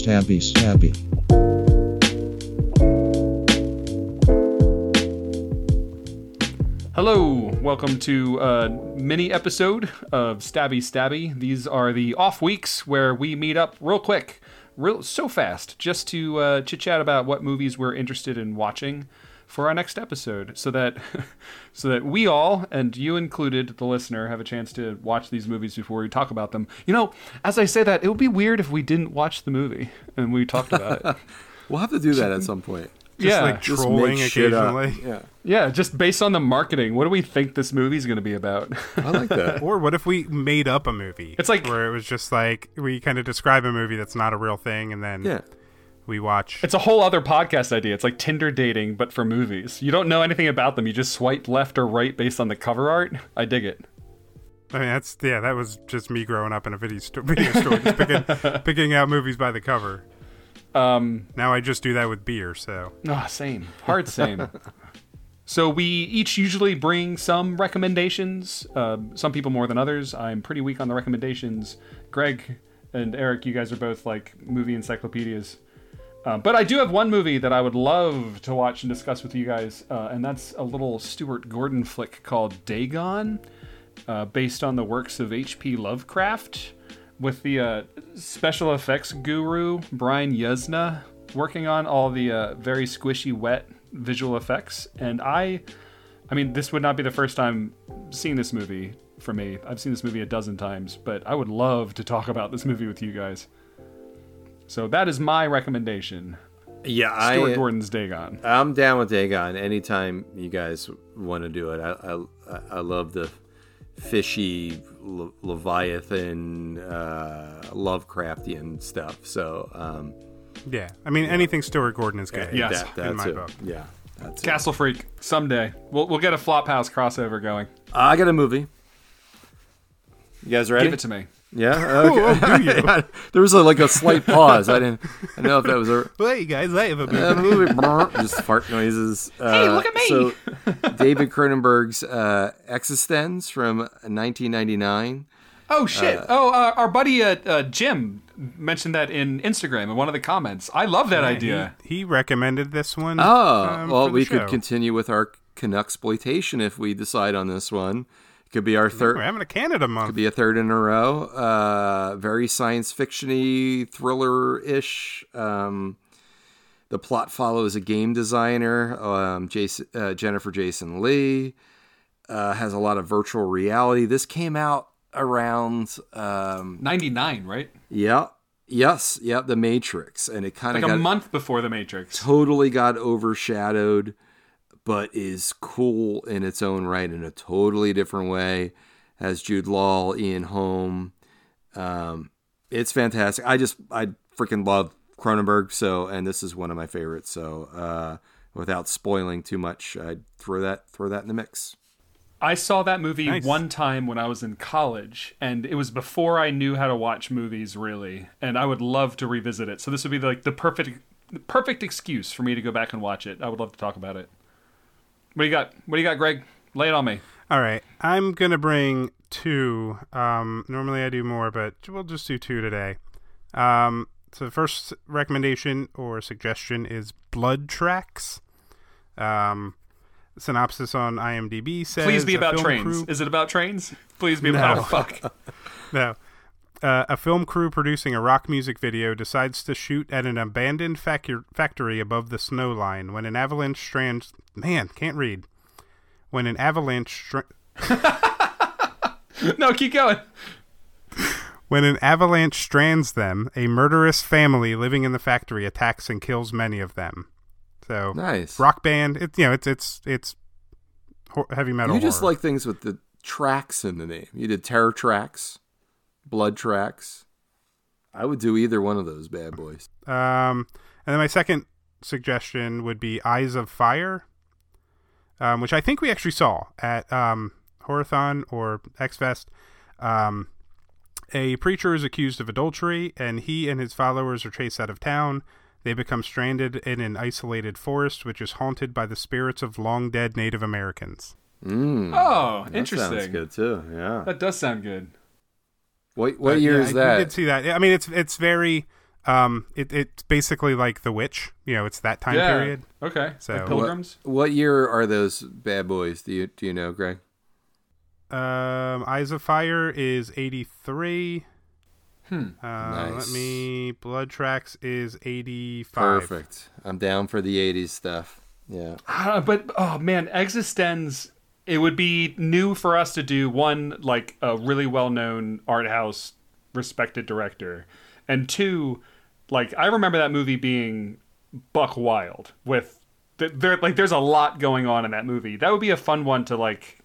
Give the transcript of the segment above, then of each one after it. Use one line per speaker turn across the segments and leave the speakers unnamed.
stabby stabby.
Hello, welcome to a mini episode of Stabby Stabby. These are the off weeks where we meet up real quick, real so fast, just to uh, chit chat about what movies we're interested in watching for our next episode, so that so that we all and you included, the listener, have a chance to watch these movies before we talk about them. You know, as I say that, it would be weird if we didn't watch the movie and we talked about it.
We'll have to do that at some point.
yeah,
like
Just
trolling
make shit up.
occasionally.
Yeah,
yeah, just based on the marketing, what do we think this movie's going to be about?
I like that.
Or what if we made up a movie?
It's like-
where it was just like we kind of describe a movie that's not a real thing, and then
Yeah,
we watch.
It's a whole other podcast idea. It's like Tinder dating, but for movies. You don't know anything about them. You just swipe left or right based on the cover art. I dig it.
I mean, that's yeah, that was just me growing up in a video, sto- video store, just picking, picking out movies by the cover.
Um,
Now I just do that with beer. So
ah, same. Hard same. so we each usually bring some recommendations. Uh, some people more than others. I'm pretty weak on the recommendations. Greg and Eric, you guys are both like movie encyclopedias. Uh, but I do have one movie that I would love to watch and discuss with you guys, uh, and that's a little Stuart Gordon flick called Dagon, uh, based on the works of H.P. Lovecraft, with the uh, special effects guru Brian Yuzna working on all the uh, very squishy, wet visual effects. And I, I mean, this would not be the first time seeing this movie for me. I've seen this movie a dozen times, but I would love to talk about this movie with you guys. So that is my recommendation.
yeah.
Stuart
I,
Gordon's Dagon.
I'm down with Dagon. Anytime you guys want to do it, I I, I love the fishy le- Leviathan, uh, Lovecraftian stuff. So um,
yeah, I mean anything Stuart Gordon is good.
Yeah. Yes,
that, that's
in my
it.
book.
Yeah, that's it.
Castle Freak. Someday we'll we'll get a Flophouse crossover going.
Uh, I got a movie. You guys ready?
Give it to me.
yeah. Okay. there was a, like a slight pause. I didn't. I don't know if that was a
Well, you guys, I have a
Uh, movie, brr, just fart noises. hey,
look at me.
So, David Cronenberg's uh, Existenz from 1999.
Oh shit! oh, uh, our buddy uh, uh, Jim mentioned that in Instagram in one of the comments. I love that idea.
He, he recommended this one.
Oh,
um, for
well,
the
we
show.
could continue with our Canuck exploitation if we decide on this one. It could be our
We're
third,
having a Canada month.
be a third in a row. Uh, very science fictiony, thriller ish. Um, the plot follows a game designer, um, Jason, uh, Jennifer Jason Lee. Uh, has a lot of virtual reality. This came out around um,
Ninety nine, right?
Yeah. Yes. Yeah. The Matrix, and it kind of
Like a
got
month before The Matrix.
totally got overshadowed, but is cool in its own right in a totally different way. Has Jude Law, Ian Holm. Um, it's fantastic. I just I freaking love Cronenberg. So, and this is one of my favorites. So, uh, without spoiling too much, I'd throw that throw that in the mix.
I saw that movie
Nice.
one time when I was in college, and it was before I knew how to watch movies really. And I would love to revisit it. So this would be like the perfect, the perfect excuse for me to go back and watch it. I would love to talk about it. What do you got? What do you got, Greg? Lay it on me.
All right, I'm gonna bring two. Um, normally I do more, but we'll just do two today. Um, so the first recommendation or suggestion is Blood Tracks. Um, synopsis on IMDb says
Please be
a
about
film
trains.
crew-
Is it about trains? Please be about.
No.
Oh, fuck.
No. Uh, a film crew producing a rock music video decides to shoot at an abandoned facu- factory above the snow line when an avalanche strands. Man, can't read. When an avalanche str-
no, keep going.
When an avalanche strands them, a murderous family living in the factory attacks and kills many of them. So
Nice.
rock band, it's you know it's it's it's hor- heavy metal.
You just
horror.
like things with the tracks in the name. You did terror tracks, blood tracks. I would do either one of those bad boys.
Um, and then my second suggestion would be Eyes of Fire, um, which I think we actually saw at um, Horathon or X Fest. Um, a preacher is accused of adultery, and he and his followers are chased out of town. They become stranded in an isolated forest, which is haunted by the spirits of long dead Native Americans. Hmm.
Mm,
Oh,
that
interesting.
Sounds good too. Yeah.
That does sound good.
What what
But,
year
Uh, yeah,
is
I- We
that?
did see that. I mean, it's it's very Um, it, it's basically like The Witch. You know, it's that time
yeah.
period.
Okay.
So-
like
What-
pilgrims.
What year are those bad boys? Do you do you know, Greg?
Um, Eyes of Fire is 83.
Hmm.
Uh,
Nice.
Let me. Blood Tracks is 85.
Perfect. I'm down for the '80s stuff. Yeah.
Ah, but oh man, Existenz. It would be new for us to do one like a really well-known art house, respected director, and two, like I remember that movie being buck wild with th- there like there's a lot going on in that movie. That would be a fun one to like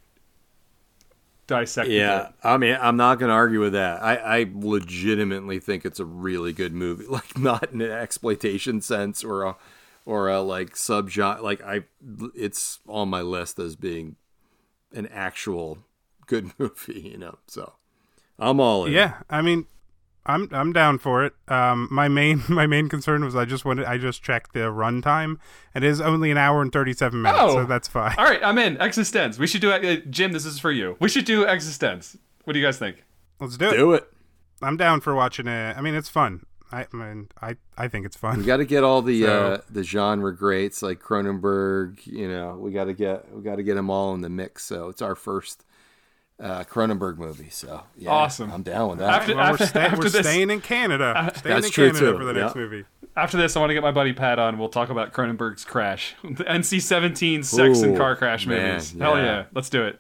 dissect. a
Yeah,
bit.
I mean, I'm not going to argue with that. I, I legitimately think it's a really good movie, like not in an exploitation sense or a or a like subgenre. Like I, it's on my list as being an actual good movie. You know, so I'm all in.
Yeah, I mean, I'm I'm down for it. Um, my main my main concern was I just wanted I just checked the runtime. It is only an hour and thirty seven minutes,
Oh.
so that's fine.
All right, I'm in Existenz. We should do uh, Jim. This is for you. We should do Existenz. What do you guys think?
Let's do it.
do it.
I'm down for watching it. I mean, it's fun. I, I mean, I I think it's
We
fun.
got to get all the
So-
uh, the genre greats like Cronenberg. You know, we got to get we got to get them all in the mix. So it's our first uh, Cronenberg movie. So yeah,
Awesome.
I'm down with that.
After-
Well,
after-
we're, sta-
after
we're
this-
staying in Canada. staying
Uh, That's
in
true,
Canada
too.
for the next
Yeah.
movie.
After this, I want to get my buddy Pat on. We'll talk about Cronenberg's Crash, the NC-17 sex and
Ooh,
car crash
man,
movies. Hell
yeah.
yeah, let's do it.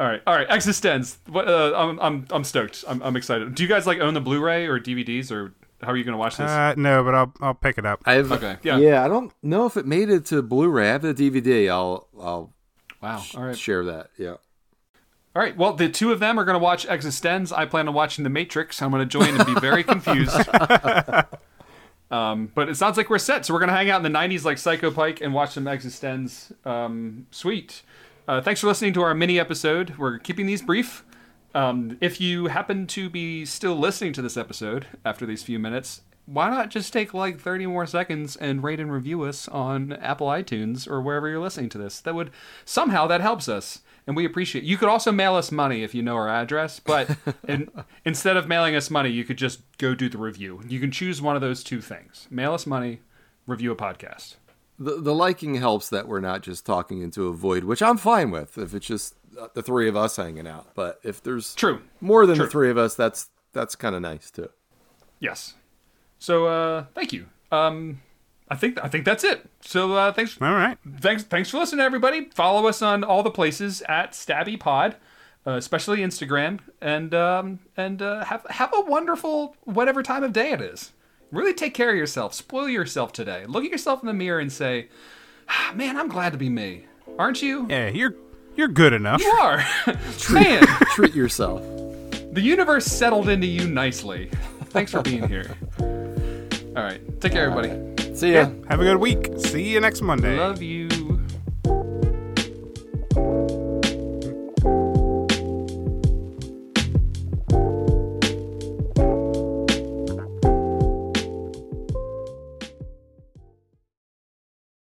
All right, all right. Existenz. What? Uh, I'm, I'm, I'm stoked. I'm, I'm excited. Do you guys like own the Blu-ray or DVDs or how are you gonna watch this?
Uh, no, but I'll I'll pick it up.
I have
Okay, yeah.
Yeah. I don't know if it made it to Blu-ray. I have the DVD. I'll I'll
wow. All right.
share that. Yeah.
All right. Well, the two of them are going to watch Existenz. I plan on watching The Matrix. I'm going to join and be very confused. um, but it sounds like we're set. So we're going to hang out in the 90s like Psycho Pike and watch some Existenz. Um, sweet. Uh, thanks for listening to our mini episode. We're keeping these brief. Um, if you happen to be still listening to this episode after these few minutes, why not just take like 30 more seconds and rate and review us on Apple iTunes or wherever you're listening to this? That would somehow that helps us, and we appreciate. You could also mail us money if you know our address, but in, instead of mailing us money, you could just go do the review. You can choose one of those two things: mail us money, review a podcast.
The the liking helps that we're not just talking into a void, which I'm fine with if it's just uh, the three of us hanging out. But if there's
True.
more than the
True.
three of us, that's that's kind of nice too.
Yes. So uh, thank you. Um, I think I think that's it. So uh, thanks
All right.
thanks thanks for listening everybody follow us on all the places at stabby pod uh, especially instagram and um, and uh, have have a wonderful whatever time of day it is really take care of yourself spoil yourself today look at yourself in the mirror and say "Ah, man i'm glad to be me aren't you
Yeah, you're you're good enough.
you are man
Treat yourself.
the universe settled into you nicely thanks for being here all right take care everybody
See ya.
Have a good week. See you next Monday.
love you